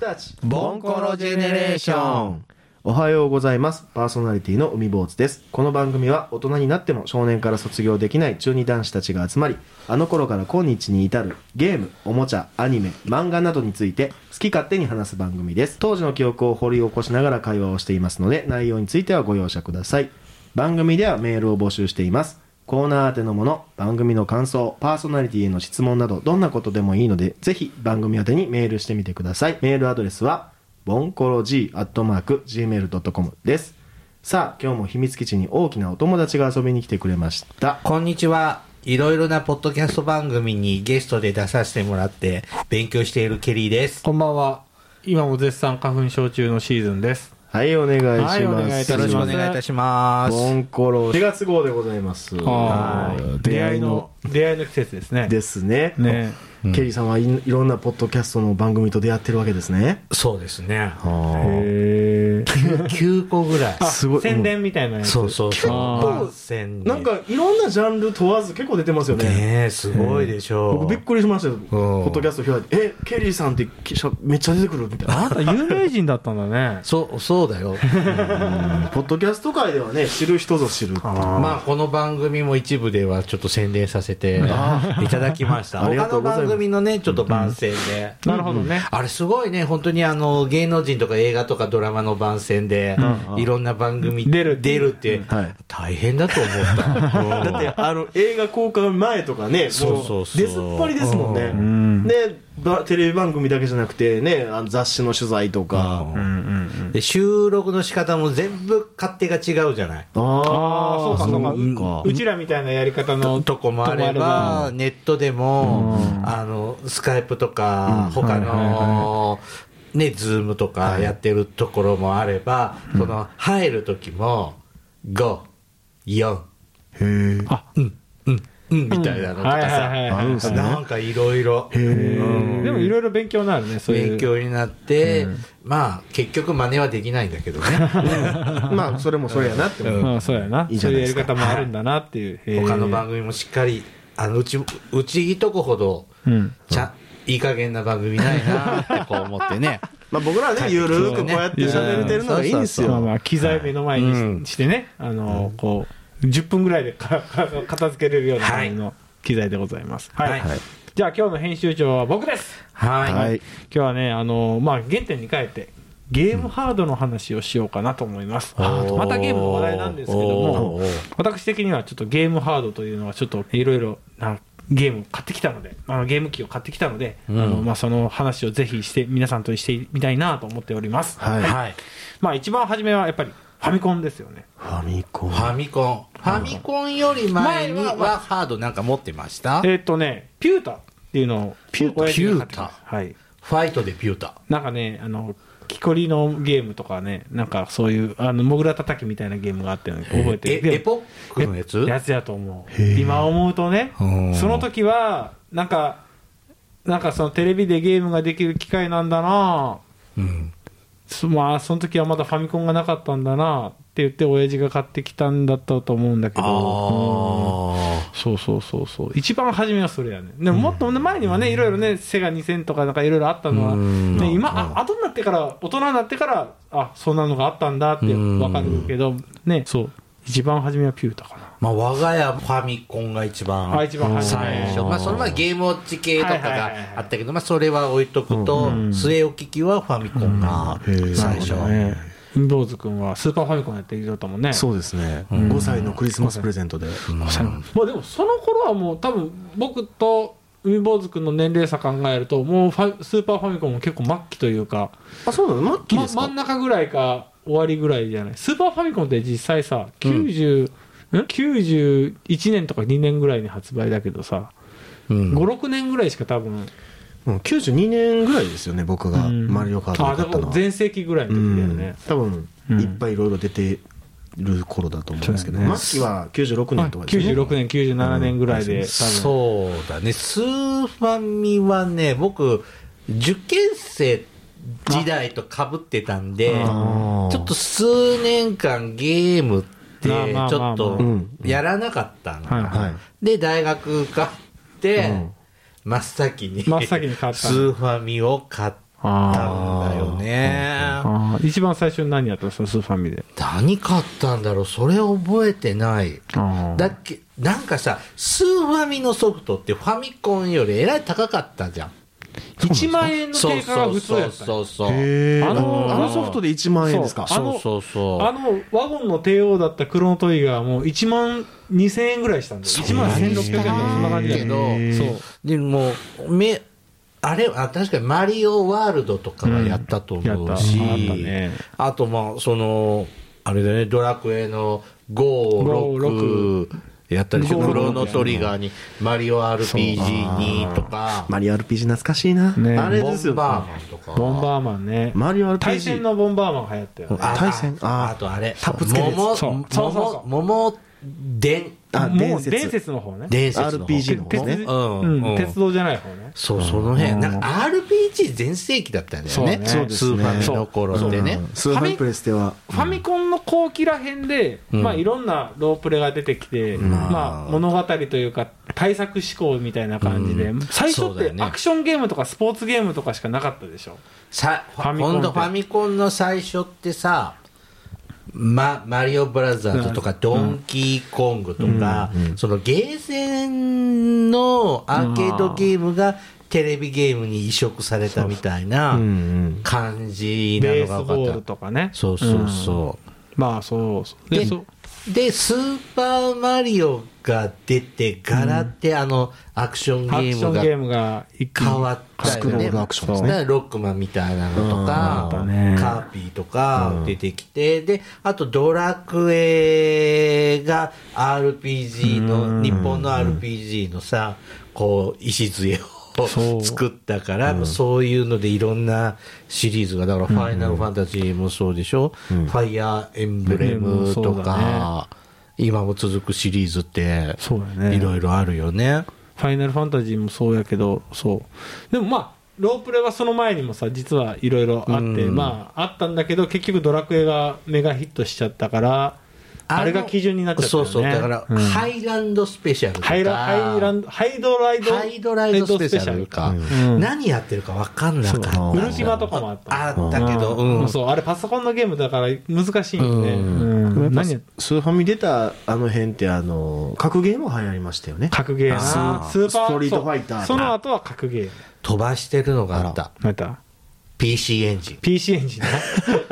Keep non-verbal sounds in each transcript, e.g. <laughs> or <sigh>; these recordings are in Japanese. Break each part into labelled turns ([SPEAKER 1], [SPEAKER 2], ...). [SPEAKER 1] たち
[SPEAKER 2] ボンコロジェネレーション
[SPEAKER 1] おはようございますパーソナリティの海坊主ですこの番組は大人になっても少年から卒業できない中二男子たちが集まりあの頃から今日に至るゲームおもちゃアニメ漫画などについて好き勝手に話す番組です当時の記憶を掘り起こしながら会話をしていますので内容についてはご容赦ください番組ではメールを募集していますコーナー宛てのもの、番組の感想、パーソナリティへの質問など、どんなことでもいいので、ぜひ番組宛てにメールしてみてください。メールアドレスは、ボンコロ G アットマーク Gmail.com です。さあ、今日も秘密基地に大きなお友達が遊びに来てくれました。
[SPEAKER 2] こんにちは。いろいろなポッドキャスト番組にゲストで出させてもらって勉強しているケリーです。
[SPEAKER 3] こんばんは。今も絶賛花粉症中のシーズンです。
[SPEAKER 1] はい、お願いします。
[SPEAKER 3] はいお願いいた
[SPEAKER 2] よ
[SPEAKER 3] し
[SPEAKER 2] ろ
[SPEAKER 3] ま
[SPEAKER 2] し
[SPEAKER 3] す
[SPEAKER 2] くお願いいたします。
[SPEAKER 1] ボンコロ4月号でございます。
[SPEAKER 3] はい出会いの、出会いの季節ですね。
[SPEAKER 1] ですね。
[SPEAKER 3] ね。
[SPEAKER 1] ケリーさんはいいろんなポッドキャストの番組と出会ってるわけですね。
[SPEAKER 2] そうですね。
[SPEAKER 3] へ
[SPEAKER 2] <laughs>
[SPEAKER 3] ー
[SPEAKER 2] 9個ぐらい。
[SPEAKER 3] <laughs> あ
[SPEAKER 1] すごい
[SPEAKER 3] 宣伝みたいなやつ。
[SPEAKER 2] そうそうそう。
[SPEAKER 3] 構
[SPEAKER 2] 番宣で
[SPEAKER 1] なんかいろんなジャンル問わず結構出てますよね。
[SPEAKER 2] ねえ、すごいでしょ。
[SPEAKER 1] 僕びっくりしましたよ、ポッドキャスト開いて、え、ケリーさんってきしゃめっちゃ出てくるみたいな
[SPEAKER 3] あな。た有名人だったんだね
[SPEAKER 2] そう、そうだよ。
[SPEAKER 1] ポッドキャスト界ではね、知る人ぞ知る。
[SPEAKER 2] まあ、この番組も一部ではちょっと宣伝させていただきました。
[SPEAKER 1] あり
[SPEAKER 2] 他
[SPEAKER 1] がと
[SPEAKER 2] の
[SPEAKER 1] うございます
[SPEAKER 2] 番組のね、ちょっと番宣で。
[SPEAKER 3] なるほどね。
[SPEAKER 2] あれすごいね、本当にあの、芸能人とか映画とかドラマの番宣で、いろんな番組
[SPEAKER 3] 出る
[SPEAKER 2] 出るって、
[SPEAKER 1] はい
[SPEAKER 2] 大変だと思った。うん
[SPEAKER 1] だって、あの、映画公開前とかね、
[SPEAKER 2] そう
[SPEAKER 1] も
[SPEAKER 2] そうそう
[SPEAKER 1] 出ずっぱりですもんね。
[SPEAKER 2] う
[SPEAKER 1] ね、ばテレビ番組だけじゃなくて、ね、あの雑誌の取材とか。
[SPEAKER 2] <laughs> うんで収録の仕方も全部勝手が違うじゃない。
[SPEAKER 1] あ
[SPEAKER 3] ああ、そうか、
[SPEAKER 1] い
[SPEAKER 3] そう
[SPEAKER 1] い
[SPEAKER 3] か
[SPEAKER 1] か。
[SPEAKER 3] う。うちらみたいなやり方の
[SPEAKER 2] とこもあれ
[SPEAKER 3] とこも
[SPEAKER 2] ば、ネットでも、あの、スカイプとか、他の、ね、ズームとかやってるところもあれば、その、入る時も、5、4、
[SPEAKER 1] へえ。
[SPEAKER 2] うん、うん、みたいなのとか
[SPEAKER 3] は
[SPEAKER 2] さ
[SPEAKER 3] いはい、
[SPEAKER 1] あ
[SPEAKER 3] はい
[SPEAKER 1] るん
[SPEAKER 3] は
[SPEAKER 1] ですね。
[SPEAKER 2] なんかいろいろ
[SPEAKER 3] い。でもいろいろ勉強になるね、そういう。
[SPEAKER 2] 勉強になって、まあ結局真似はできないんだけどね
[SPEAKER 1] <laughs> まあ、それもそれやなって思う。
[SPEAKER 3] うん、そうやな。
[SPEAKER 1] いいじ
[SPEAKER 3] そ
[SPEAKER 1] ゃ
[SPEAKER 3] う
[SPEAKER 1] ないで
[SPEAKER 3] いうや
[SPEAKER 1] す
[SPEAKER 3] り
[SPEAKER 1] か
[SPEAKER 3] 方もあるんだなっていう。へー
[SPEAKER 2] 他の番組もしっかりあのうちうちいとこほど
[SPEAKER 3] うん。
[SPEAKER 2] ちゃいい加減な番組ないなってこう思ってね
[SPEAKER 1] <laughs> まあ、僕らはね、ゆるーくこうやって喋れてるのがいいんです
[SPEAKER 3] まあ
[SPEAKER 1] よ。
[SPEAKER 3] まあ、機材目の前にし,、
[SPEAKER 2] うん
[SPEAKER 3] てね、あの、こう、10分ぐらいで <laughs> か片付けれるような感じの機材でございます。はい。
[SPEAKER 2] はいはい
[SPEAKER 3] じゃあ今日の編集長は僕です
[SPEAKER 2] はい、
[SPEAKER 1] はい。
[SPEAKER 3] 今日はね、あの、まあ、原点に帰って、ゲームハードの話をしようかなと思います。
[SPEAKER 2] おー
[SPEAKER 3] またゲームの話題なんですけど
[SPEAKER 2] お
[SPEAKER 3] も
[SPEAKER 2] ー、
[SPEAKER 3] 私的にはちょっとゲームハードというのはちょっといろいろなゲームを買ってきたので、あのゲーム機を買ってきたので、あのまあ、その話をぜひして、皆さんとしてみたいなと思っております。
[SPEAKER 1] はい。フ
[SPEAKER 2] はい
[SPEAKER 3] まあ一番初めはやっぱりファミコンですよね。
[SPEAKER 1] ァミコン
[SPEAKER 2] フ。ァミコンファミコンより前に
[SPEAKER 3] 前は
[SPEAKER 2] はハードなんか持ってました
[SPEAKER 3] えーっとね、ピュータっていうのを
[SPEAKER 2] ピュータ
[SPEAKER 3] 親父が買ってきた
[SPEAKER 2] ピュー
[SPEAKER 3] はい。
[SPEAKER 2] ファイトでピュータ
[SPEAKER 3] なんかね、あの、木こりのゲームとかね、なんかそういう、あの、モグラ叩きみたいなゲームがあったよね。覚えてる。
[SPEAKER 2] え
[SPEAKER 3] でも
[SPEAKER 2] エポックのやつ
[SPEAKER 3] やつやと思う。今思うとね
[SPEAKER 2] うん、
[SPEAKER 3] その時は、なんか、なんかそのテレビでゲームができる機会なんだな
[SPEAKER 2] う
[SPEAKER 3] ぁ
[SPEAKER 2] ん
[SPEAKER 3] そまあ、その時はまだファミコンがなかったんだなって言って、親父が買ってきたんだったと思うんだけ
[SPEAKER 2] あ
[SPEAKER 3] ど。
[SPEAKER 2] あ
[SPEAKER 3] そうそうそうそう一番初めはそれやねでももっと前にはねいろいろねセガ2000とかなんかいろいろあったのは、
[SPEAKER 2] うん
[SPEAKER 3] ね、今あ後になってから大人になってからあそんなのがあったんだって分かるけどねそう一番初めはピュータかな
[SPEAKER 2] まあ我が家ファミコンが一番
[SPEAKER 3] あ一番初
[SPEAKER 2] 最
[SPEAKER 3] め
[SPEAKER 2] 初、まあ、その前ゲームウォッチ系とか
[SPEAKER 3] はいはいはいはい
[SPEAKER 2] があったけど、まあ、それは置いとくと、据え置き機はファミコンが最初。
[SPEAKER 3] ね坊主君はスーパーファミコンやってきたもんね
[SPEAKER 1] そうですね。5歳のクリスマスプレゼントで。
[SPEAKER 3] まあでもその頃はもう多分僕と海坊主君の年齢差考えるともうファスーパーファミコンも結構末期というか
[SPEAKER 1] あ、そうなのマッキー
[SPEAKER 3] ま
[SPEAKER 1] ですか
[SPEAKER 3] 真ん中ぐらいか終わりぐらいじゃないスーパーファミコンって実際さ90、ん91年とか2年ぐらいに発売だけどさ、
[SPEAKER 2] うん
[SPEAKER 3] 56年ぐらいしか多分
[SPEAKER 1] うん、92年ぐらいですよね僕が
[SPEAKER 3] うん
[SPEAKER 1] マリオカートを買った
[SPEAKER 3] あだ
[SPEAKER 1] の
[SPEAKER 3] から
[SPEAKER 1] は、
[SPEAKER 3] 全盛期ぐらいの
[SPEAKER 1] う
[SPEAKER 3] 時だよ
[SPEAKER 1] ん
[SPEAKER 3] ね、
[SPEAKER 1] 多分
[SPEAKER 3] うん
[SPEAKER 1] いっぱいいろいろ出てる頃だと思うんですけど、
[SPEAKER 3] そうだね
[SPEAKER 1] 末期は96
[SPEAKER 3] ま
[SPEAKER 1] 年
[SPEAKER 3] あ
[SPEAKER 1] とかですね
[SPEAKER 3] 96年97年ぐらいで、多分
[SPEAKER 2] そうだね、スーファミはね、僕、受験生時代とかぶってたんで、ち
[SPEAKER 1] あー
[SPEAKER 2] ょっと数年間ゲームって、ち
[SPEAKER 3] まあまあまあまあ
[SPEAKER 2] ょっと
[SPEAKER 1] うん
[SPEAKER 2] やらなかったの。
[SPEAKER 3] はい
[SPEAKER 1] はい
[SPEAKER 2] で、大学買って、
[SPEAKER 1] うん
[SPEAKER 2] 真っ先に、
[SPEAKER 3] 真っ先に買った
[SPEAKER 2] スーファミを買って、
[SPEAKER 3] あ
[SPEAKER 2] たんだよね
[SPEAKER 3] ー。あー。一番最初に何やったんですか、スーファミで。
[SPEAKER 2] 何買ったんだろうそれ覚えてない。
[SPEAKER 3] あー
[SPEAKER 2] だっけ、なんかさ、スーファミのソフトってファミコンよりえらい高かったじゃん。
[SPEAKER 3] 1万円の
[SPEAKER 2] そう
[SPEAKER 3] 定価が
[SPEAKER 2] そ
[SPEAKER 3] 普
[SPEAKER 2] う
[SPEAKER 3] 通
[SPEAKER 2] そ
[SPEAKER 3] や
[SPEAKER 2] う
[SPEAKER 3] ったんや
[SPEAKER 2] そうそう。
[SPEAKER 1] へー
[SPEAKER 3] あの
[SPEAKER 1] あのソフトで1万円ですか
[SPEAKER 3] そうあ
[SPEAKER 2] そ
[SPEAKER 3] の
[SPEAKER 2] うそうそう
[SPEAKER 3] あのワゴンの帝王だったクロノトリガーも1万2000円ぐらいしたんです1万1600円とかそんな感じだ
[SPEAKER 2] けど、
[SPEAKER 3] そう
[SPEAKER 2] でもめあれあ確かに「マリオワールド」とかはやったと思うし、
[SPEAKER 3] うんやったあったね
[SPEAKER 2] あとまあそのあれだね「ドラクエ」の56やったりして「
[SPEAKER 3] 5 6
[SPEAKER 2] クロノトリガー」に「マリオ RPG」にとか
[SPEAKER 1] マリオ RPG 懐かしいな、
[SPEAKER 3] ね
[SPEAKER 1] あ
[SPEAKER 2] 「
[SPEAKER 1] れ
[SPEAKER 2] ボ
[SPEAKER 1] ですよ
[SPEAKER 2] ンバーマン」とか。
[SPEAKER 3] ボンバーマンね
[SPEAKER 1] マリオ RPG
[SPEAKER 3] 対戦のボンバーマンが流行ったよね
[SPEAKER 2] あ
[SPEAKER 1] 対戦
[SPEAKER 2] あ
[SPEAKER 1] あー
[SPEAKER 2] あとあれ
[SPEAKER 1] タップつけるやつ
[SPEAKER 2] 桃
[SPEAKER 3] そうそうそうそ
[SPEAKER 2] 桃
[SPEAKER 3] う
[SPEAKER 2] 桃伝
[SPEAKER 1] あ
[SPEAKER 3] も
[SPEAKER 1] 伝
[SPEAKER 3] う
[SPEAKER 1] 説
[SPEAKER 3] 伝説の方ね
[SPEAKER 2] 伝説の方
[SPEAKER 1] RPG の方
[SPEAKER 3] 鉄
[SPEAKER 1] ね
[SPEAKER 2] うん
[SPEAKER 3] うん鉄道じゃない方ね
[SPEAKER 2] そう、その辺、なんか RPG 全盛期だったんだよね。
[SPEAKER 3] そう
[SPEAKER 1] ね
[SPEAKER 2] スーファミの頃でね。
[SPEAKER 1] スーファミプレスでは
[SPEAKER 3] ファミコンの後期ら辺で、まあいろんなロープレが出てきて、まあ物語というか対策思考みたいな感じで、
[SPEAKER 2] うん
[SPEAKER 3] 最初
[SPEAKER 2] そう
[SPEAKER 3] っ
[SPEAKER 2] だよ
[SPEAKER 3] て
[SPEAKER 2] ね
[SPEAKER 3] アクションゲームとかスポーツゲームとかしかなかったでしょ。
[SPEAKER 2] さ、
[SPEAKER 3] ファミコン
[SPEAKER 2] ほんと
[SPEAKER 3] って
[SPEAKER 2] ファミコンの最初ってさ、ま、マリオブラザーズとか、ドンキーコングとか、そのゲーセンのアーケードゲームがテレビゲームに移植されたみたいな感じな
[SPEAKER 3] ベ
[SPEAKER 2] の
[SPEAKER 3] ース
[SPEAKER 2] が分
[SPEAKER 3] ボー
[SPEAKER 2] かっ
[SPEAKER 3] ル
[SPEAKER 2] た。
[SPEAKER 3] とかね。。
[SPEAKER 2] そうそうんそう。
[SPEAKER 3] まあそうそう。
[SPEAKER 2] で
[SPEAKER 3] で、そう
[SPEAKER 2] で、スーパーマリオが出てからって、あの、アクションゲ
[SPEAKER 3] アクシ
[SPEAKER 2] ー
[SPEAKER 3] ョ
[SPEAKER 2] ム
[SPEAKER 3] ン
[SPEAKER 2] が
[SPEAKER 3] ゲームが一気に
[SPEAKER 2] 変わったよ
[SPEAKER 1] ス
[SPEAKER 2] ね。
[SPEAKER 1] クロールアクションですね
[SPEAKER 2] だからロックマンみたいなのとか、
[SPEAKER 3] うんあったね
[SPEAKER 2] カーピーとか出てきて、で、あとドラクエが RPG の、日本の RPG のさ、こう、礎
[SPEAKER 3] そ
[SPEAKER 2] を
[SPEAKER 3] う
[SPEAKER 2] 作ったから、そういうのでいろんなシリーズが、だからファイナルファンタジーもそうでしょ、ファイアーエンブレムと
[SPEAKER 3] うんそうだ
[SPEAKER 2] か、今も続くシリーズって
[SPEAKER 3] そうだ、ね
[SPEAKER 2] いろいろあるよね。
[SPEAKER 3] ファイナルファンタジーもそうやけど、そう。でもまあ、ロープレはその前にもさ、実はいろいろあって、
[SPEAKER 2] うん
[SPEAKER 3] まあ、あったんだけど、結局ドラクエがメガヒットしちゃったから、あれが基準になっちゃったよね。
[SPEAKER 2] そうそうだから、
[SPEAKER 3] うん
[SPEAKER 2] ハイランドスペシャルとか
[SPEAKER 3] ハイラハイランド、ハイドライド、
[SPEAKER 2] ハイドライドスペシャルか、
[SPEAKER 3] うん
[SPEAKER 2] 何やってるか分かんなかった
[SPEAKER 3] ウルティマとかもあった。
[SPEAKER 2] あったけど、うん
[SPEAKER 3] そう、あれパソコンのゲームだから難しいんで、うん
[SPEAKER 1] やっぱ
[SPEAKER 3] 何や
[SPEAKER 1] スーファミ出たあの辺ってあの格ゲーも流行りましたよね
[SPEAKER 3] 格ゲーな
[SPEAKER 2] あー
[SPEAKER 3] スーパー
[SPEAKER 1] ストリートファイターな
[SPEAKER 3] そうその後は格ゲー。
[SPEAKER 2] 飛ばしてるのがあった
[SPEAKER 3] なんだ
[SPEAKER 2] PC エンジン
[SPEAKER 3] PC エンジンな。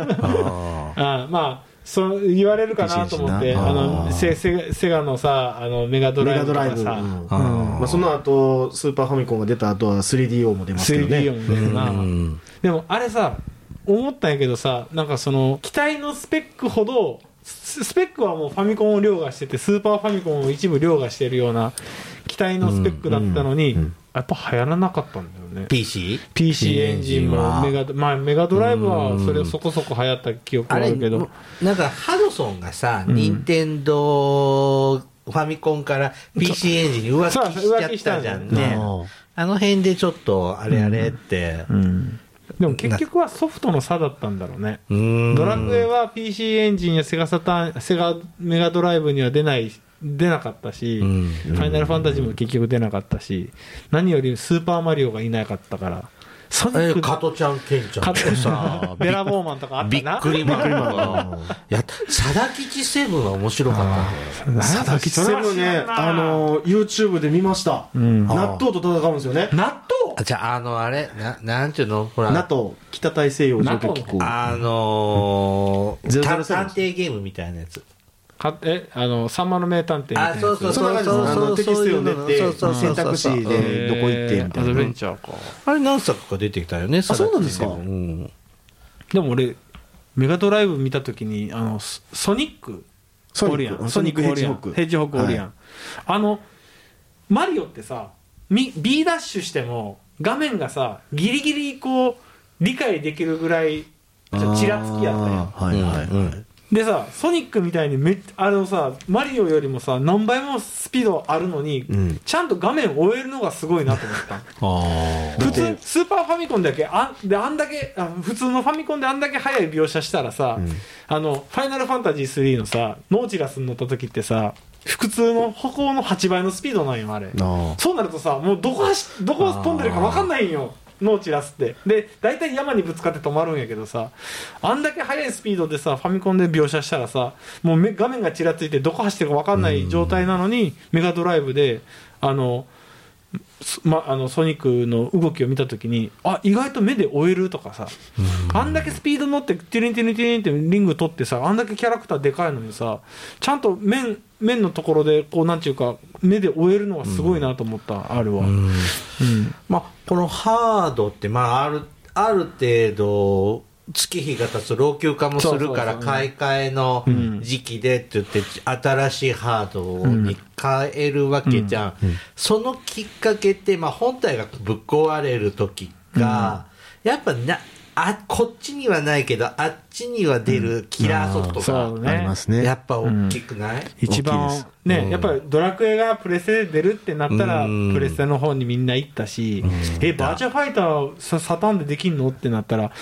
[SPEAKER 3] あーまあ、そう言われるかなと思って、
[SPEAKER 1] PC エンジン
[SPEAKER 3] あ
[SPEAKER 1] な
[SPEAKER 3] の、セセセガのさ、あの、メガド
[SPEAKER 1] メ
[SPEAKER 3] ライ
[SPEAKER 1] ガ
[SPEAKER 3] ブと
[SPEAKER 1] ドライ
[SPEAKER 3] か
[SPEAKER 1] ブ、
[SPEAKER 3] さ、
[SPEAKER 1] うんまあ、その後スーパーファミコンが出た後は 3DO も出ますけど
[SPEAKER 3] 3D
[SPEAKER 1] ね
[SPEAKER 3] 音出るな
[SPEAKER 2] うん。
[SPEAKER 3] でもあれさ、思ったんやけどさ、なんかその、機体のスペックほど、ススペックはもうファミコンを凌駕してて、スーパーファミコンを一部凌駕してるような、機体のスペックだったのに、やっぱ流行らなかったんだよね。
[SPEAKER 2] PC?
[SPEAKER 3] PC エンジンもメガド、まあメガドライブはそれそこそこ流行った記憶
[SPEAKER 2] あ
[SPEAKER 3] はあ
[SPEAKER 2] れ
[SPEAKER 3] るけど
[SPEAKER 2] も、うなんかハドソンがさ、任天堂ファミコンから PC エンジンに浮気しちゃったじゃん
[SPEAKER 3] そう浮気したんだ
[SPEAKER 2] ね
[SPEAKER 1] よね
[SPEAKER 2] あの辺でちょっとあれあれって、
[SPEAKER 3] でも結局はソフトの差だったんだろうね。
[SPEAKER 2] うん
[SPEAKER 3] ドラクエは PC エンジンやセガサターン、セガメガドライブには出ない、出なかったし、
[SPEAKER 2] ん
[SPEAKER 3] ファイナルファンタジーも結局出なかったし、何よりスーパーマリオがいなかったから、ソニ
[SPEAKER 2] え
[SPEAKER 3] ック、
[SPEAKER 2] 加トちゃん、ケンちゃん
[SPEAKER 3] カ
[SPEAKER 2] って
[SPEAKER 3] ト
[SPEAKER 2] さ、
[SPEAKER 3] ベラボーマンとかあっ
[SPEAKER 2] び
[SPEAKER 3] た
[SPEAKER 2] っ
[SPEAKER 3] な。
[SPEAKER 2] くりマン。いや、サダキチセブンは面白かったね。
[SPEAKER 1] 佐々木
[SPEAKER 3] それ
[SPEAKER 1] さん
[SPEAKER 3] は
[SPEAKER 1] も
[SPEAKER 3] 知ら
[SPEAKER 1] ね
[SPEAKER 3] んな
[SPEAKER 1] あの YouTube で見ました、納豆と戦うんですよね
[SPEAKER 3] 納豆
[SPEAKER 2] あじゃあ、あの、あれ、な、なんていうのほら、
[SPEAKER 1] NATO 北大西洋条件機構
[SPEAKER 2] あのー、
[SPEAKER 1] 007
[SPEAKER 2] 探探偵ゲームみたいなやつ。
[SPEAKER 3] かえ、あの、さんまの名探偵みた
[SPEAKER 2] あ、
[SPEAKER 3] いなやつ。
[SPEAKER 2] そうそう
[SPEAKER 1] そんな
[SPEAKER 2] そ
[SPEAKER 1] 感
[SPEAKER 2] う
[SPEAKER 1] じですあ
[SPEAKER 2] そ
[SPEAKER 1] の
[SPEAKER 2] う。
[SPEAKER 1] テキスト
[SPEAKER 2] そう
[SPEAKER 1] 読んでって
[SPEAKER 2] そうそうそう
[SPEAKER 1] 選択肢
[SPEAKER 2] そうそうそう
[SPEAKER 1] でどこ行ってみたいな
[SPEAKER 3] アドベンチャーか。
[SPEAKER 2] あれ何作か出てきたよね、あ
[SPEAKER 1] そうなんですか
[SPEAKER 2] うん。
[SPEAKER 3] でも俺、メガドライブ見たときに、あの、ソソニック、
[SPEAKER 1] ソニック
[SPEAKER 3] おるやん
[SPEAKER 1] ソニック
[SPEAKER 3] ソおるやん
[SPEAKER 1] ヘッジホック
[SPEAKER 3] ヘッジホックおるやん。
[SPEAKER 1] は
[SPEAKER 3] あの、マリオってさ、み B ダッシュしても、画面がさ、ギリギリこう、理解できるぐらい、ちょっとちらつきやったやん。
[SPEAKER 1] あーはいはい、
[SPEAKER 2] うん
[SPEAKER 3] でさ、ソニックみたいにめっあのさ、マリオよりもさ、何倍もスピードあるのに、
[SPEAKER 1] ん
[SPEAKER 3] ちゃんと画面追えるのがすごいなと思った。
[SPEAKER 2] あ
[SPEAKER 3] 普
[SPEAKER 1] だって
[SPEAKER 3] 通スーパーファミコンだけあんであんだけあ普通のファミコンであんだけ速い描写したらさ、あのファイナルファンタジー3のさノーチラスに乗った時ってさ普通の歩行の8倍のスピードなんよあれ
[SPEAKER 1] あー
[SPEAKER 3] そうなるとさもうどこ走どこ飛んでるか分かんないんよ農地ラスってで大体山にぶつかって止まるんやけどさあんだけ速いスピードでさファミコンで描写したらさもうめ画面がちらついてどこ走ってるか分かんない状態なのにメガドライブであのすま、あのソニックの動きを見たときにあ意外と目で追えるとかさ、あんだけスピード乗ってティリンティリンティリンってリング取ってさあんだけキャラクターでかいのにさちゃんと面面のところでこうなんていうか目で追えるのがすごいなと思った、あれは、うん
[SPEAKER 2] まあ、このハードって、まあ、あるある程度月日が経つと老朽化もするから
[SPEAKER 3] そうそうそう
[SPEAKER 2] 買い替えの時期でって言って新しいハードに変えるわけじゃん、そのきっかけって、まあ、本体がぶっ壊れる時が、やっぱなあこっちにはないけどあっちには出るキラーソフトが、
[SPEAKER 3] そうね
[SPEAKER 1] ありますね。
[SPEAKER 2] やっぱ大きくない、
[SPEAKER 3] 一
[SPEAKER 1] 大きい
[SPEAKER 3] 番
[SPEAKER 1] です
[SPEAKER 3] ね、
[SPEAKER 2] うん
[SPEAKER 3] やっぱりドラクエがプレステで出るってなったら、
[SPEAKER 2] うん
[SPEAKER 3] プレステの方にみんな行ったし、えバーチャファイターさサタンでできんのってなったら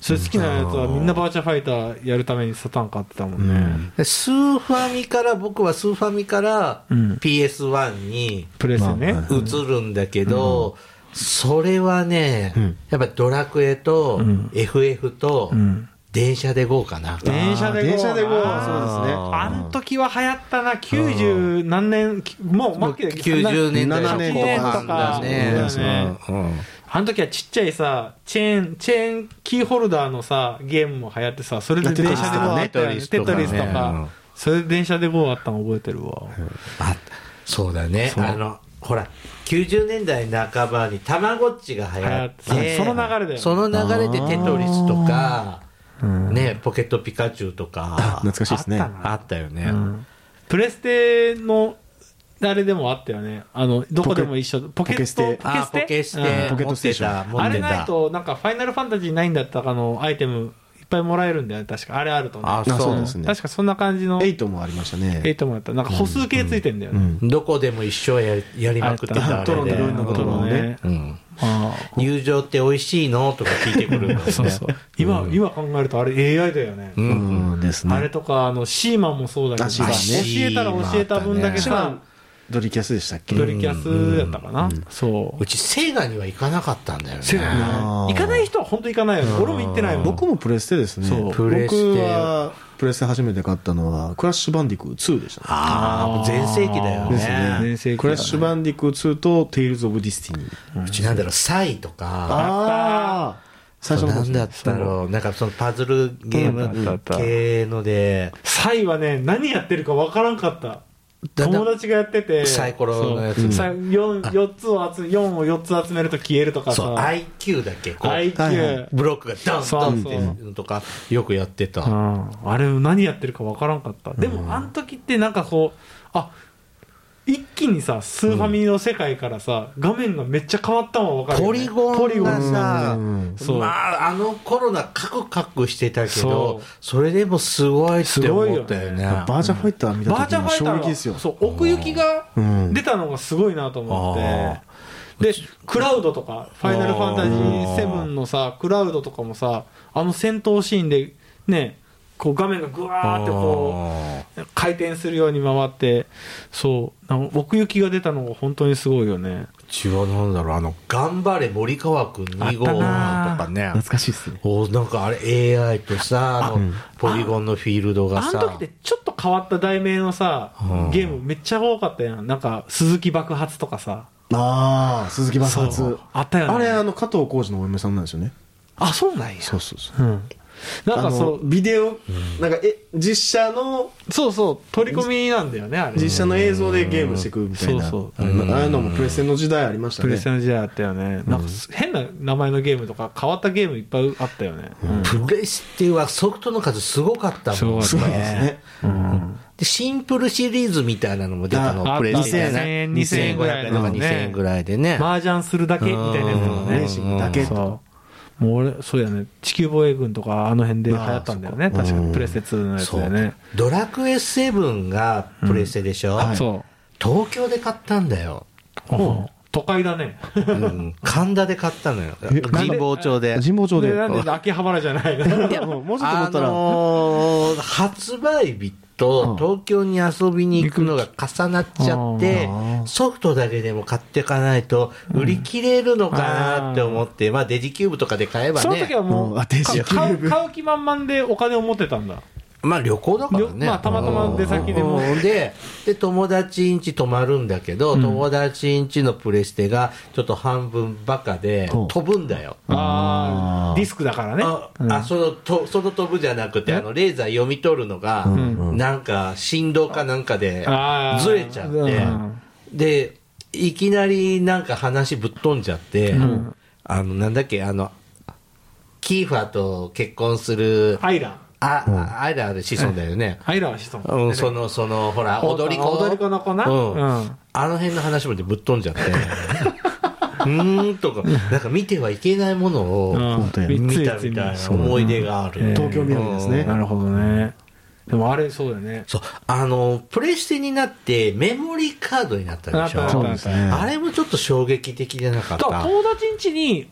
[SPEAKER 3] それ好きなやつはみんなバーチャファイターやるためにサタン買ってたもんね、
[SPEAKER 2] でスーファミから僕はスーファミから
[SPEAKER 3] うん
[SPEAKER 2] PS1 に
[SPEAKER 3] プレステね、
[SPEAKER 1] まあ
[SPEAKER 2] 映るんだけど、それはね、やっぱドラクエと FF と
[SPEAKER 3] ん
[SPEAKER 2] 電車で GO かな、
[SPEAKER 3] 電車で GO
[SPEAKER 1] 電車で GO
[SPEAKER 3] あ
[SPEAKER 1] そうですね
[SPEAKER 3] あん時は流行ったな90何年きもう末期で
[SPEAKER 2] 90年代
[SPEAKER 1] 7
[SPEAKER 2] の
[SPEAKER 1] 年
[SPEAKER 2] 後半だね
[SPEAKER 1] とか
[SPEAKER 2] うんうん
[SPEAKER 3] あの時はちっちゃいさチェーンチェーンキーホルダーのさゲームも流行ってさそれで電車で GO あったよね
[SPEAKER 2] テ
[SPEAKER 3] テ
[SPEAKER 2] ト
[SPEAKER 3] ト
[SPEAKER 2] リ
[SPEAKER 3] リ
[SPEAKER 2] ス
[SPEAKER 3] ス
[SPEAKER 2] とか
[SPEAKER 3] と
[SPEAKER 2] ね
[SPEAKER 3] か
[SPEAKER 2] うん
[SPEAKER 3] それで電車で GO あったの覚えてるわ、
[SPEAKER 2] あそうだね
[SPEAKER 3] う
[SPEAKER 2] あのほら90年代半ばにたまごっちが流行って
[SPEAKER 3] 流行ってその流れだよね
[SPEAKER 2] その流れでテトリスとか、ね、ポケットピカチュウとか
[SPEAKER 1] 懐かしいですね。
[SPEAKER 3] あったな
[SPEAKER 2] あったよね、
[SPEAKER 3] プレステのあれでもあったよねあのどこでも一緒ポケ
[SPEAKER 1] ケ
[SPEAKER 3] ット
[SPEAKER 1] ポ
[SPEAKER 2] あポケス
[SPEAKER 1] う
[SPEAKER 2] テ、
[SPEAKER 1] んポケットステーション
[SPEAKER 2] 持
[SPEAKER 3] あ
[SPEAKER 2] って
[SPEAKER 3] れ
[SPEAKER 2] た
[SPEAKER 3] ないとなんか「ファイナルファンタジー9」だったかのアイテムいっぱいもらえるんだよね確かあれあると思う
[SPEAKER 2] あ
[SPEAKER 1] あ
[SPEAKER 2] そ
[SPEAKER 1] そうう
[SPEAKER 2] で
[SPEAKER 1] ですす
[SPEAKER 2] ね
[SPEAKER 1] ね
[SPEAKER 3] 確かそんな感じの
[SPEAKER 1] エイトもありました
[SPEAKER 3] え
[SPEAKER 1] ね。
[SPEAKER 3] イトもやったなんか歩数計ついてんだよね、
[SPEAKER 2] どこでも一生やりやりまくってたあ
[SPEAKER 1] ト
[SPEAKER 2] れ
[SPEAKER 1] ロン
[SPEAKER 2] で
[SPEAKER 1] とロインのこともね
[SPEAKER 2] うん
[SPEAKER 3] あ
[SPEAKER 2] 入場って美味しいのとか聞いてくるんだよね
[SPEAKER 3] そうそう今、今考えるとあれ AI だよね、
[SPEAKER 1] うんです
[SPEAKER 3] あれ
[SPEAKER 1] ね。
[SPEAKER 3] とかあのシーマンもそうだけどさ、
[SPEAKER 1] あ
[SPEAKER 2] シ
[SPEAKER 3] 教え
[SPEAKER 2] ーマ
[SPEAKER 3] た
[SPEAKER 2] ンね
[SPEAKER 3] ら教えた分だけ
[SPEAKER 1] シーマ
[SPEAKER 3] さ
[SPEAKER 1] ンドリキャスでしたっけ
[SPEAKER 3] ドリキャスやったかな、そう
[SPEAKER 2] うちセガには行かなかったんだよね
[SPEAKER 3] せやね
[SPEAKER 1] あー
[SPEAKER 3] 行かない人は本当行かないよね俺も行ってないもん
[SPEAKER 1] 僕もプレステですね。
[SPEAKER 3] そう
[SPEAKER 1] 僕
[SPEAKER 2] プレステ
[SPEAKER 1] はプレステ初めて買ったのはクラッシュバンディクー2でしたね。
[SPEAKER 2] ああもう全盛期だよ
[SPEAKER 1] です
[SPEAKER 2] ね
[SPEAKER 1] ね。
[SPEAKER 3] 全盛期だね
[SPEAKER 1] クラッシュバンディクー2とテイルズ・オブ・ディスティニー。
[SPEAKER 2] うちなんだろうサイとか
[SPEAKER 1] ああ最初の
[SPEAKER 2] な
[SPEAKER 1] 方
[SPEAKER 2] んだったろうなんかそのパズルゲーム系ので
[SPEAKER 3] サイはね何やってるかわからんかった
[SPEAKER 2] だんだん
[SPEAKER 3] 友達がやってて
[SPEAKER 2] サイコロのやつ
[SPEAKER 3] そうさ四四つを集め四を四つ集めると消えるとか
[SPEAKER 2] そう
[SPEAKER 3] さ
[SPEAKER 2] IQ だっけこう
[SPEAKER 3] IQ、
[SPEAKER 1] はいは
[SPEAKER 2] ブロックがダンダンって
[SPEAKER 3] そう
[SPEAKER 2] いうのとかよくやってた
[SPEAKER 3] うん、あれ何やってるか分からんかった、でもあの時ってなんかこうあ一気にさスーファミの世界からさ、画面がめっちゃ変わったのは分かる
[SPEAKER 2] ポ
[SPEAKER 3] よ、
[SPEAKER 2] リ
[SPEAKER 3] ね、
[SPEAKER 2] ゴンがさ
[SPEAKER 1] うん
[SPEAKER 3] そう
[SPEAKER 2] まああの頃なカクカクしてたけど
[SPEAKER 3] そ
[SPEAKER 2] それでもすごいって思ったよ
[SPEAKER 3] すごいよ
[SPEAKER 2] ね
[SPEAKER 1] バーチャファイター見た
[SPEAKER 3] バー
[SPEAKER 1] 時
[SPEAKER 3] チャフ
[SPEAKER 1] の
[SPEAKER 3] ァ
[SPEAKER 1] 衝
[SPEAKER 3] イター
[SPEAKER 1] 撃ですよ
[SPEAKER 3] が。そう奥行きが
[SPEAKER 1] うん
[SPEAKER 3] 出たのがすごいなと思って、
[SPEAKER 2] あ
[SPEAKER 3] でクラウドとか「ファイナルファンタジー7」のさクラウドとかもさあの戦闘シーンでねこう画面がぐわーってこ
[SPEAKER 2] あ
[SPEAKER 3] う回転するように回ってそうなんか奥行きが出たのが本当にすごいよね
[SPEAKER 2] ーうちはなんだろうあの「頑張れ森川君2号」と
[SPEAKER 3] あったな
[SPEAKER 2] かね
[SPEAKER 1] 懐かしいですね。
[SPEAKER 2] おなんかあれ AI とさあのポリゴンのフィールドが
[SPEAKER 3] あの
[SPEAKER 2] さ
[SPEAKER 3] 時ってちょっと変わった題名のさ
[SPEAKER 2] うん
[SPEAKER 3] ゲームめっちゃ多かったやんなんか「鈴木爆発」とかさ
[SPEAKER 1] ああ、鈴木爆
[SPEAKER 3] そう
[SPEAKER 1] 発。
[SPEAKER 3] あったよね
[SPEAKER 1] あれ、あの、加藤浩次のお嫁さんなんですよね。
[SPEAKER 2] あそうなんや
[SPEAKER 1] そうそうそう。
[SPEAKER 3] うんなん
[SPEAKER 1] あ
[SPEAKER 3] かそ
[SPEAKER 1] の
[SPEAKER 3] う
[SPEAKER 1] ビデオ、なんか、え、実写の、
[SPEAKER 3] そうそう取り込みなんだよねあれ
[SPEAKER 1] 実写の映像でゲームしてくみたいな。
[SPEAKER 3] そう
[SPEAKER 1] あのああいうのもプレステの時代ありました
[SPEAKER 3] プレ
[SPEAKER 1] ね
[SPEAKER 3] ス。テの時代あったよねなんか変な名前のゲームとか変わったゲームいっぱいあったよねうん
[SPEAKER 2] プレステはソフトの数すごかったもん
[SPEAKER 3] すごかった
[SPEAKER 1] ですね。
[SPEAKER 2] でシンプルシリーズみたいなのも出たの
[SPEAKER 3] あ
[SPEAKER 2] プレステ
[SPEAKER 3] あった2000円
[SPEAKER 2] 2500円ぐらいとか
[SPEAKER 3] うん
[SPEAKER 2] 2000円ぐらいでね
[SPEAKER 3] 麻雀するだけみたいなやつだもん
[SPEAKER 2] うん
[SPEAKER 3] ね
[SPEAKER 1] レーシングだけ
[SPEAKER 3] そ
[SPEAKER 1] と
[SPEAKER 3] うもう俺そうやね地球防衛軍とかあの辺で流行ったんだよね確かにプレステ2のやつ
[SPEAKER 2] そ
[SPEAKER 3] だよ
[SPEAKER 2] う
[SPEAKER 3] ね
[SPEAKER 2] ドラクエ7がプレステでしょ、
[SPEAKER 3] そ
[SPEAKER 2] 東京で買ったんだよ、
[SPEAKER 3] ううん都会だね
[SPEAKER 2] うん、神田で買ったのよ
[SPEAKER 1] え
[SPEAKER 2] 神保町で
[SPEAKER 1] 神保町で。<laughs>
[SPEAKER 3] <laughs> でなんで秋葉原じゃないの
[SPEAKER 1] もうちょっと思った
[SPEAKER 2] あ
[SPEAKER 1] ら、
[SPEAKER 2] のー発売日と東京に遊びに行くのが重なっちゃって
[SPEAKER 1] うん
[SPEAKER 2] ソフトだけでも買っていかないと売り切れるのかなって思ってまあデジキューブとかで買えば
[SPEAKER 3] その時
[SPEAKER 2] ね
[SPEAKER 3] はも
[SPEAKER 1] も
[SPEAKER 3] う
[SPEAKER 1] うあデジキュ
[SPEAKER 3] 買
[SPEAKER 1] ー
[SPEAKER 3] う
[SPEAKER 1] ブ
[SPEAKER 3] 買う気満々でお金を持ってたんだ
[SPEAKER 2] まあ旅行だから
[SPEAKER 3] よ
[SPEAKER 2] ね
[SPEAKER 3] まあたまたま出先でも
[SPEAKER 2] うんでで友達ん家泊まるんだけど友達ん家のプレステがちょっと半分バカで
[SPEAKER 1] うん
[SPEAKER 2] 飛ぶんだよ
[SPEAKER 3] あ
[SPEAKER 1] あー
[SPEAKER 3] あディスクだからね
[SPEAKER 2] あ、あそのと、その飛ぶじゃなくて、あの、レーザー読み取るのが、
[SPEAKER 1] ん
[SPEAKER 2] なんか、振動かなんかで
[SPEAKER 3] あ、ー
[SPEAKER 2] ずれちゃって、で、いきなりなんか話ぶっ飛んじゃって、あの、なんだっけ、あの、キーファーと結婚する、
[SPEAKER 3] アイラ
[SPEAKER 2] あ、あれあれ子孫だよね。
[SPEAKER 3] アイラは子孫
[SPEAKER 2] うん、その、その、ほら、踊り子。
[SPEAKER 3] 踊り子の子な
[SPEAKER 2] うん。
[SPEAKER 3] うん
[SPEAKER 2] あの辺の話までぶっ飛んじゃ
[SPEAKER 3] <laughs>
[SPEAKER 2] って。うーんとか、なんか見てはいけないものを、
[SPEAKER 1] 本当や
[SPEAKER 3] うん
[SPEAKER 2] 見
[SPEAKER 3] つ
[SPEAKER 2] た
[SPEAKER 3] いつ
[SPEAKER 2] み
[SPEAKER 3] い見
[SPEAKER 2] たい
[SPEAKER 3] た
[SPEAKER 2] な思い出がある、
[SPEAKER 3] うん
[SPEAKER 1] 東京未来ですね
[SPEAKER 2] うん
[SPEAKER 3] なるほどねでもあれそうだよね
[SPEAKER 2] そうあのプレステになってメモリーカードになったでし
[SPEAKER 3] なった
[SPEAKER 1] そ
[SPEAKER 2] ょ
[SPEAKER 1] うですね
[SPEAKER 2] あれもちょっと衝撃的じゃなかっ
[SPEAKER 3] だから
[SPEAKER 2] た
[SPEAKER 3] 友達ん家に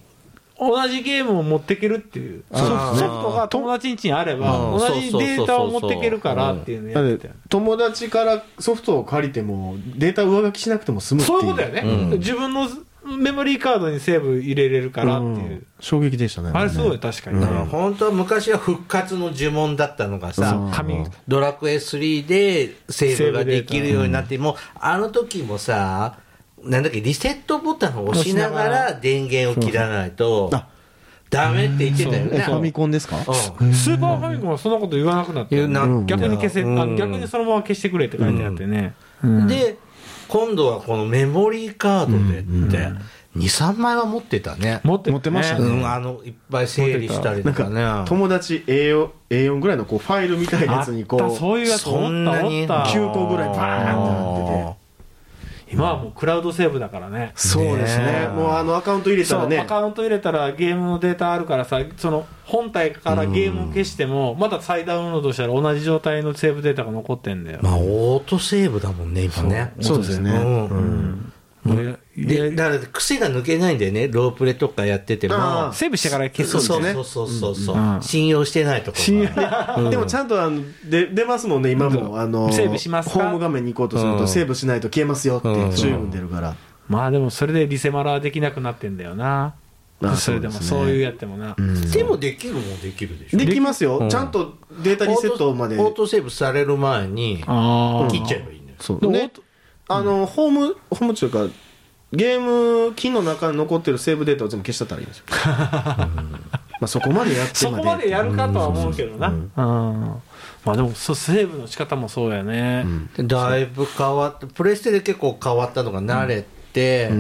[SPEAKER 3] 同じゲームを持ってけるっていうソ
[SPEAKER 2] そう
[SPEAKER 3] フソフトが友達ん家にあれば
[SPEAKER 2] うん
[SPEAKER 3] 同じデータを持ってけるからっていうのや
[SPEAKER 1] だっ
[SPEAKER 3] っ
[SPEAKER 1] て
[SPEAKER 3] た
[SPEAKER 1] て
[SPEAKER 3] よ
[SPEAKER 1] 友達からソフトを借りてもデータ上書きしなくても済むってい
[SPEAKER 3] そうういうことだよね、
[SPEAKER 2] うん
[SPEAKER 3] 自分のメモリーカードにセーブ入れれるからっていう、
[SPEAKER 1] ん衝撃でしたね
[SPEAKER 3] あれすごい
[SPEAKER 1] ね
[SPEAKER 3] 確か
[SPEAKER 1] う
[SPEAKER 3] に、
[SPEAKER 1] ん
[SPEAKER 2] だから本当は昔は復活の呪文だったのがさ、
[SPEAKER 1] そう
[SPEAKER 3] 紙
[SPEAKER 2] ドラクエ3でセーブができるようになっても、あの時もさ、なんだっけ、リセットボタンを押しながら電源を切らないと
[SPEAKER 1] そうそうあ、
[SPEAKER 2] ダメって言ってたよ
[SPEAKER 1] え
[SPEAKER 2] ね。
[SPEAKER 1] ファミコンですか
[SPEAKER 2] うん
[SPEAKER 3] スーパーファミコンはそんなこと言わなくなって、
[SPEAKER 2] 言うな
[SPEAKER 1] うん
[SPEAKER 3] 逆に消せ、あ
[SPEAKER 2] うん
[SPEAKER 3] 逆にそのまま消してくれって書いてあってね、うん
[SPEAKER 2] で、今度はこのメモリーカードでって、2、3枚は持ってたね。
[SPEAKER 3] 持って
[SPEAKER 1] 持ってました
[SPEAKER 2] う
[SPEAKER 1] ね
[SPEAKER 2] ん、あの、いっぱい整理した
[SPEAKER 1] な
[SPEAKER 2] りと
[SPEAKER 1] ん
[SPEAKER 2] か
[SPEAKER 1] か
[SPEAKER 2] ね。
[SPEAKER 1] 友達 A4, A4 ぐらいのこうファイルみたいな
[SPEAKER 3] あ
[SPEAKER 1] や
[SPEAKER 3] っ
[SPEAKER 1] つに
[SPEAKER 3] た
[SPEAKER 1] こ
[SPEAKER 3] そういうやつお
[SPEAKER 2] そん
[SPEAKER 3] った
[SPEAKER 2] な
[SPEAKER 3] お
[SPEAKER 2] に
[SPEAKER 3] った
[SPEAKER 1] 急9個ぐらいバーンってなって
[SPEAKER 3] 今はもうクラウドセーブだからね
[SPEAKER 1] うそうですね
[SPEAKER 2] ねえ
[SPEAKER 1] もうあのアカウント入れた
[SPEAKER 3] そ
[SPEAKER 1] ら
[SPEAKER 3] う
[SPEAKER 1] ね
[SPEAKER 3] アカウント入れたらゲームのデータあるからさその本体からゲームを消してもまだ再ダウンロードしたら同じ状態のセーブデータが残ってんだよ、
[SPEAKER 2] まあ、オートセーブだもんね、今ね。
[SPEAKER 1] そうですね
[SPEAKER 2] うん
[SPEAKER 3] うん
[SPEAKER 2] で、だから癖が抜けないんだよね、ロープレとかやってても。
[SPEAKER 1] あー
[SPEAKER 3] セーブしてから消す
[SPEAKER 2] そ
[SPEAKER 3] ん
[SPEAKER 2] う
[SPEAKER 3] だ
[SPEAKER 2] そ
[SPEAKER 3] よ
[SPEAKER 2] う
[SPEAKER 1] そうです
[SPEAKER 2] そ
[SPEAKER 1] ね
[SPEAKER 2] うそうそうそう、
[SPEAKER 3] うん
[SPEAKER 2] 信用してないところ
[SPEAKER 3] 信用
[SPEAKER 1] でもちゃんとあので出ますもんね今もあの
[SPEAKER 3] セーブしますか
[SPEAKER 1] ホーム画面に行こうとする
[SPEAKER 2] う
[SPEAKER 1] と
[SPEAKER 2] ん
[SPEAKER 1] セーブしないと消えますよっていう注意文出るから
[SPEAKER 3] まあでもそれでリセマラはできなくなってんだよな
[SPEAKER 1] あ
[SPEAKER 3] それでも
[SPEAKER 1] そうですね
[SPEAKER 3] そういうやってもな、
[SPEAKER 2] でもできるもんできるでしょ
[SPEAKER 1] できます
[SPEAKER 2] う
[SPEAKER 1] よ
[SPEAKER 2] ん
[SPEAKER 1] ちゃんとデータリセットまで
[SPEAKER 2] オートセーブされる前に
[SPEAKER 3] ああ
[SPEAKER 2] 切っちゃえばいいんだよ
[SPEAKER 1] そう
[SPEAKER 3] でもオー
[SPEAKER 1] ね
[SPEAKER 3] ト
[SPEAKER 1] あのホームホームというかゲーム機の中に残ってるセーブデータを全部消しちゃったらいいん
[SPEAKER 3] <laughs>
[SPEAKER 1] ですよまあそこまでやって
[SPEAKER 3] そ
[SPEAKER 1] まで
[SPEAKER 3] こまでやるかとは思うけどな、うんまあでもそうセーブの仕方もそうやね、
[SPEAKER 2] でだいぶ変わってプレステで結構変わったのが慣れて、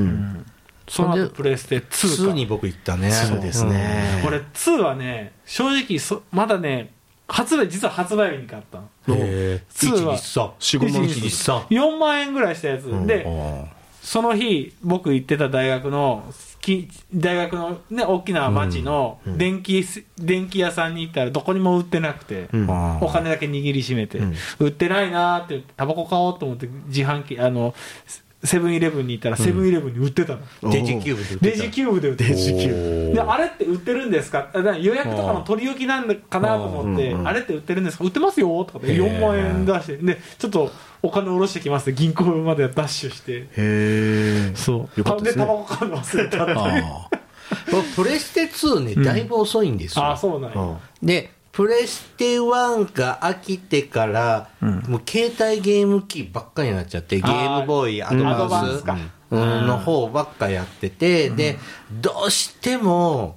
[SPEAKER 3] その
[SPEAKER 2] それ
[SPEAKER 3] 後
[SPEAKER 2] で
[SPEAKER 3] プレステ2
[SPEAKER 2] 2
[SPEAKER 3] か
[SPEAKER 2] に僕行ったね
[SPEAKER 1] そうですね
[SPEAKER 3] 俺2はね正直そまだね発売実は発売日に買ったの
[SPEAKER 2] うんへえ
[SPEAKER 3] ツーは
[SPEAKER 2] 123
[SPEAKER 1] 45万
[SPEAKER 2] 123
[SPEAKER 3] 4万円ぐらいしたやつ、で、
[SPEAKER 2] うん
[SPEAKER 3] その日僕行ってた大学のき大学のね大きな町の電気,、電気屋さんに行ったらどこにも売ってなくて、
[SPEAKER 1] うん
[SPEAKER 3] お金だけ握りしめて、売ってないなーって言ってタバコ買おうと思って自販機あのセセブンイレブンに行ったらセブンイレブンに売ってたの、
[SPEAKER 2] デジキューブで売って
[SPEAKER 3] デ
[SPEAKER 2] た
[SPEAKER 3] ジキューブで売って
[SPEAKER 1] デジキュー
[SPEAKER 3] であれって売ってるんですかあだから予約とかの取り置きなんかなと思って、
[SPEAKER 1] うんうん
[SPEAKER 3] あれって売ってるんですか売ってますよとかで
[SPEAKER 2] へー
[SPEAKER 3] 4万円出してでちょっとお金下ろしてきますって銀行までダッシュして
[SPEAKER 1] へえ
[SPEAKER 3] そう
[SPEAKER 1] よかったですね
[SPEAKER 3] タバコ買うの忘れたってい
[SPEAKER 2] <laughs>
[SPEAKER 3] う
[SPEAKER 2] あーこれプレステ2ねだいぶ遅いんですよ、
[SPEAKER 3] ああそうなんや、
[SPEAKER 2] でプレステ1が飽きてから、もう携帯ゲーム機ばっかりになっちゃってゲームボーイアド
[SPEAKER 3] ア
[SPEAKER 2] バ
[SPEAKER 3] ドバ
[SPEAKER 2] ン
[SPEAKER 3] ン
[SPEAKER 2] ス
[SPEAKER 3] スか
[SPEAKER 2] うんの方ばっかやってて、でどうしても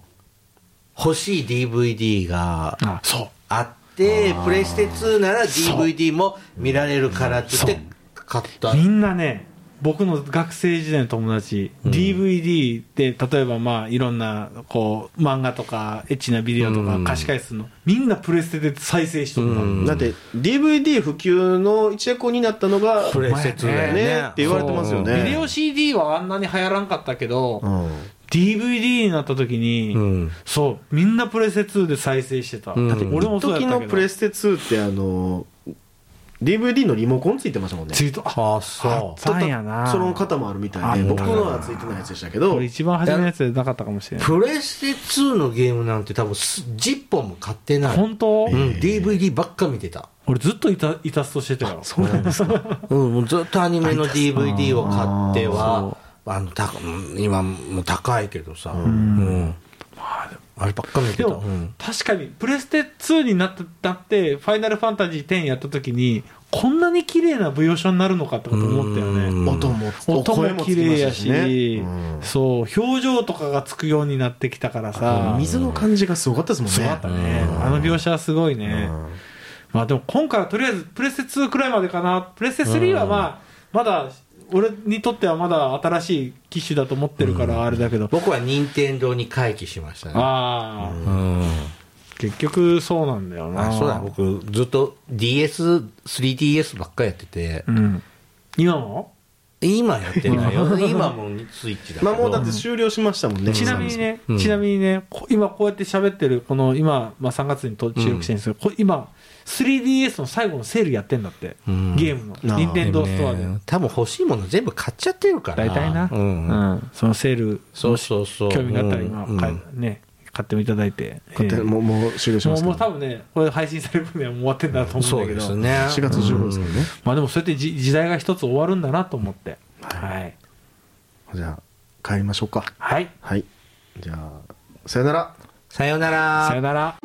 [SPEAKER 2] 欲しい DVD が
[SPEAKER 3] あそう
[SPEAKER 2] あってプレステ2なら DVD も見られるからって言って買った
[SPEAKER 3] みんなね僕の学生時代の友達、DVD で例えばまあいろんなこう漫画とかエッチなビデオとか貸し返すの、みんなプレステで再生しとったの、
[SPEAKER 2] うん
[SPEAKER 1] だって DVD 普及の一役を担ったのが
[SPEAKER 2] プレステ2だよね
[SPEAKER 1] ねって言われてますよね
[SPEAKER 3] ビデオ CD はあんなに流行らんかったけど、
[SPEAKER 1] うん
[SPEAKER 3] DVD になった時に、
[SPEAKER 2] うん
[SPEAKER 3] そうみんなプレステ2で再生してた、
[SPEAKER 2] うん
[SPEAKER 3] だって俺もそうやっ
[SPEAKER 1] 時
[SPEAKER 3] た
[SPEAKER 1] の
[SPEAKER 3] けど
[SPEAKER 1] プレステ2ってあの DVD のリモコンついてましたもんね
[SPEAKER 3] ツイートあ
[SPEAKER 2] あ
[SPEAKER 3] あ
[SPEAKER 2] そう
[SPEAKER 3] ったんやな
[SPEAKER 1] その方もあるみたいで
[SPEAKER 3] あ
[SPEAKER 1] 僕のはついてないやつでしたけど
[SPEAKER 3] これ一番初めのやつでなかったかもしれない
[SPEAKER 2] プレステ2のゲームなんて多分す10本も買ってない
[SPEAKER 3] 本当、
[SPEAKER 2] うん、DVD ばっか見てた。
[SPEAKER 3] 俺ずっといたイタストしてたよ
[SPEAKER 1] そうなんですか。
[SPEAKER 2] うん、もうずっとアニメの DVD を買って
[SPEAKER 1] あ
[SPEAKER 2] は、あのた今も高いけどさ、うんあればっか見て
[SPEAKER 3] で
[SPEAKER 2] た。
[SPEAKER 3] も、
[SPEAKER 2] うん
[SPEAKER 3] 確かにプレステ2になったなって「ファイナルファンタジー10」やった時にこんなに綺麗な舞踊書になるのかってこと思ったよ
[SPEAKER 2] う
[SPEAKER 3] ね
[SPEAKER 2] ん
[SPEAKER 1] 音も、
[SPEAKER 3] 音
[SPEAKER 1] 声
[SPEAKER 3] も綺麗やし
[SPEAKER 1] つきまたうん
[SPEAKER 3] そう表情とかがつくようになってきたからさ
[SPEAKER 1] 水の感じがすごかったですもんね。
[SPEAKER 3] すごかったねあの描写はすごいねまあでも今回はとりあえずプレステ2くらいまでかなプレステ3はまあまだ俺にとってはまだ新しい機種だと思ってるからあれだけど
[SPEAKER 2] 僕は任天堂に回帰しましたね。
[SPEAKER 3] ああ
[SPEAKER 2] うん
[SPEAKER 3] 結局そうなんだよな
[SPEAKER 2] あそうだ、僕ずっと DS、3DS ばっかやってて、
[SPEAKER 3] うん今も
[SPEAKER 2] 今やってない
[SPEAKER 3] <laughs>
[SPEAKER 2] よ。今もスイッチだけ
[SPEAKER 1] ま
[SPEAKER 2] ど。
[SPEAKER 1] あもうだって終了しましたもんね。
[SPEAKER 3] ちなみにね、
[SPEAKER 2] うん
[SPEAKER 3] ちなみにね、こ今こうやって喋ってる、この今、まあ、3月にと収録してるんですけど、こ今、3DS の最後のセールやってんだって、
[SPEAKER 2] うん
[SPEAKER 3] ゲーム
[SPEAKER 1] あ
[SPEAKER 3] の、
[SPEAKER 1] あ
[SPEAKER 3] 任天堂ストアで。
[SPEAKER 2] ね多分欲しいもの全部買っちゃってるから。
[SPEAKER 3] 大体な、
[SPEAKER 2] う
[SPEAKER 3] うんんそのセール、
[SPEAKER 2] そうそうそう。
[SPEAKER 3] 興味があったら今、
[SPEAKER 2] うん
[SPEAKER 3] 買えね、買ってもいただいて。
[SPEAKER 1] 勝手
[SPEAKER 3] え
[SPEAKER 1] に
[SPEAKER 3] え
[SPEAKER 1] もう、もう終了しま
[SPEAKER 3] も
[SPEAKER 1] す
[SPEAKER 3] う
[SPEAKER 1] か
[SPEAKER 3] も
[SPEAKER 1] ら
[SPEAKER 3] う多分ね、これ配信される分にはもう終わってんだと思
[SPEAKER 2] そ
[SPEAKER 3] うん
[SPEAKER 2] う
[SPEAKER 3] だけ
[SPEAKER 2] で
[SPEAKER 3] ど、
[SPEAKER 2] すね。
[SPEAKER 1] 4月15日ですからね。
[SPEAKER 3] まあでもそうやってじ時代が一つ終わるんだなと思って、はい。
[SPEAKER 1] じゃあ、帰りましょうか。
[SPEAKER 3] はい。
[SPEAKER 1] はい。じゃあ、さよなら。
[SPEAKER 2] さよなら
[SPEAKER 3] さよ。なら。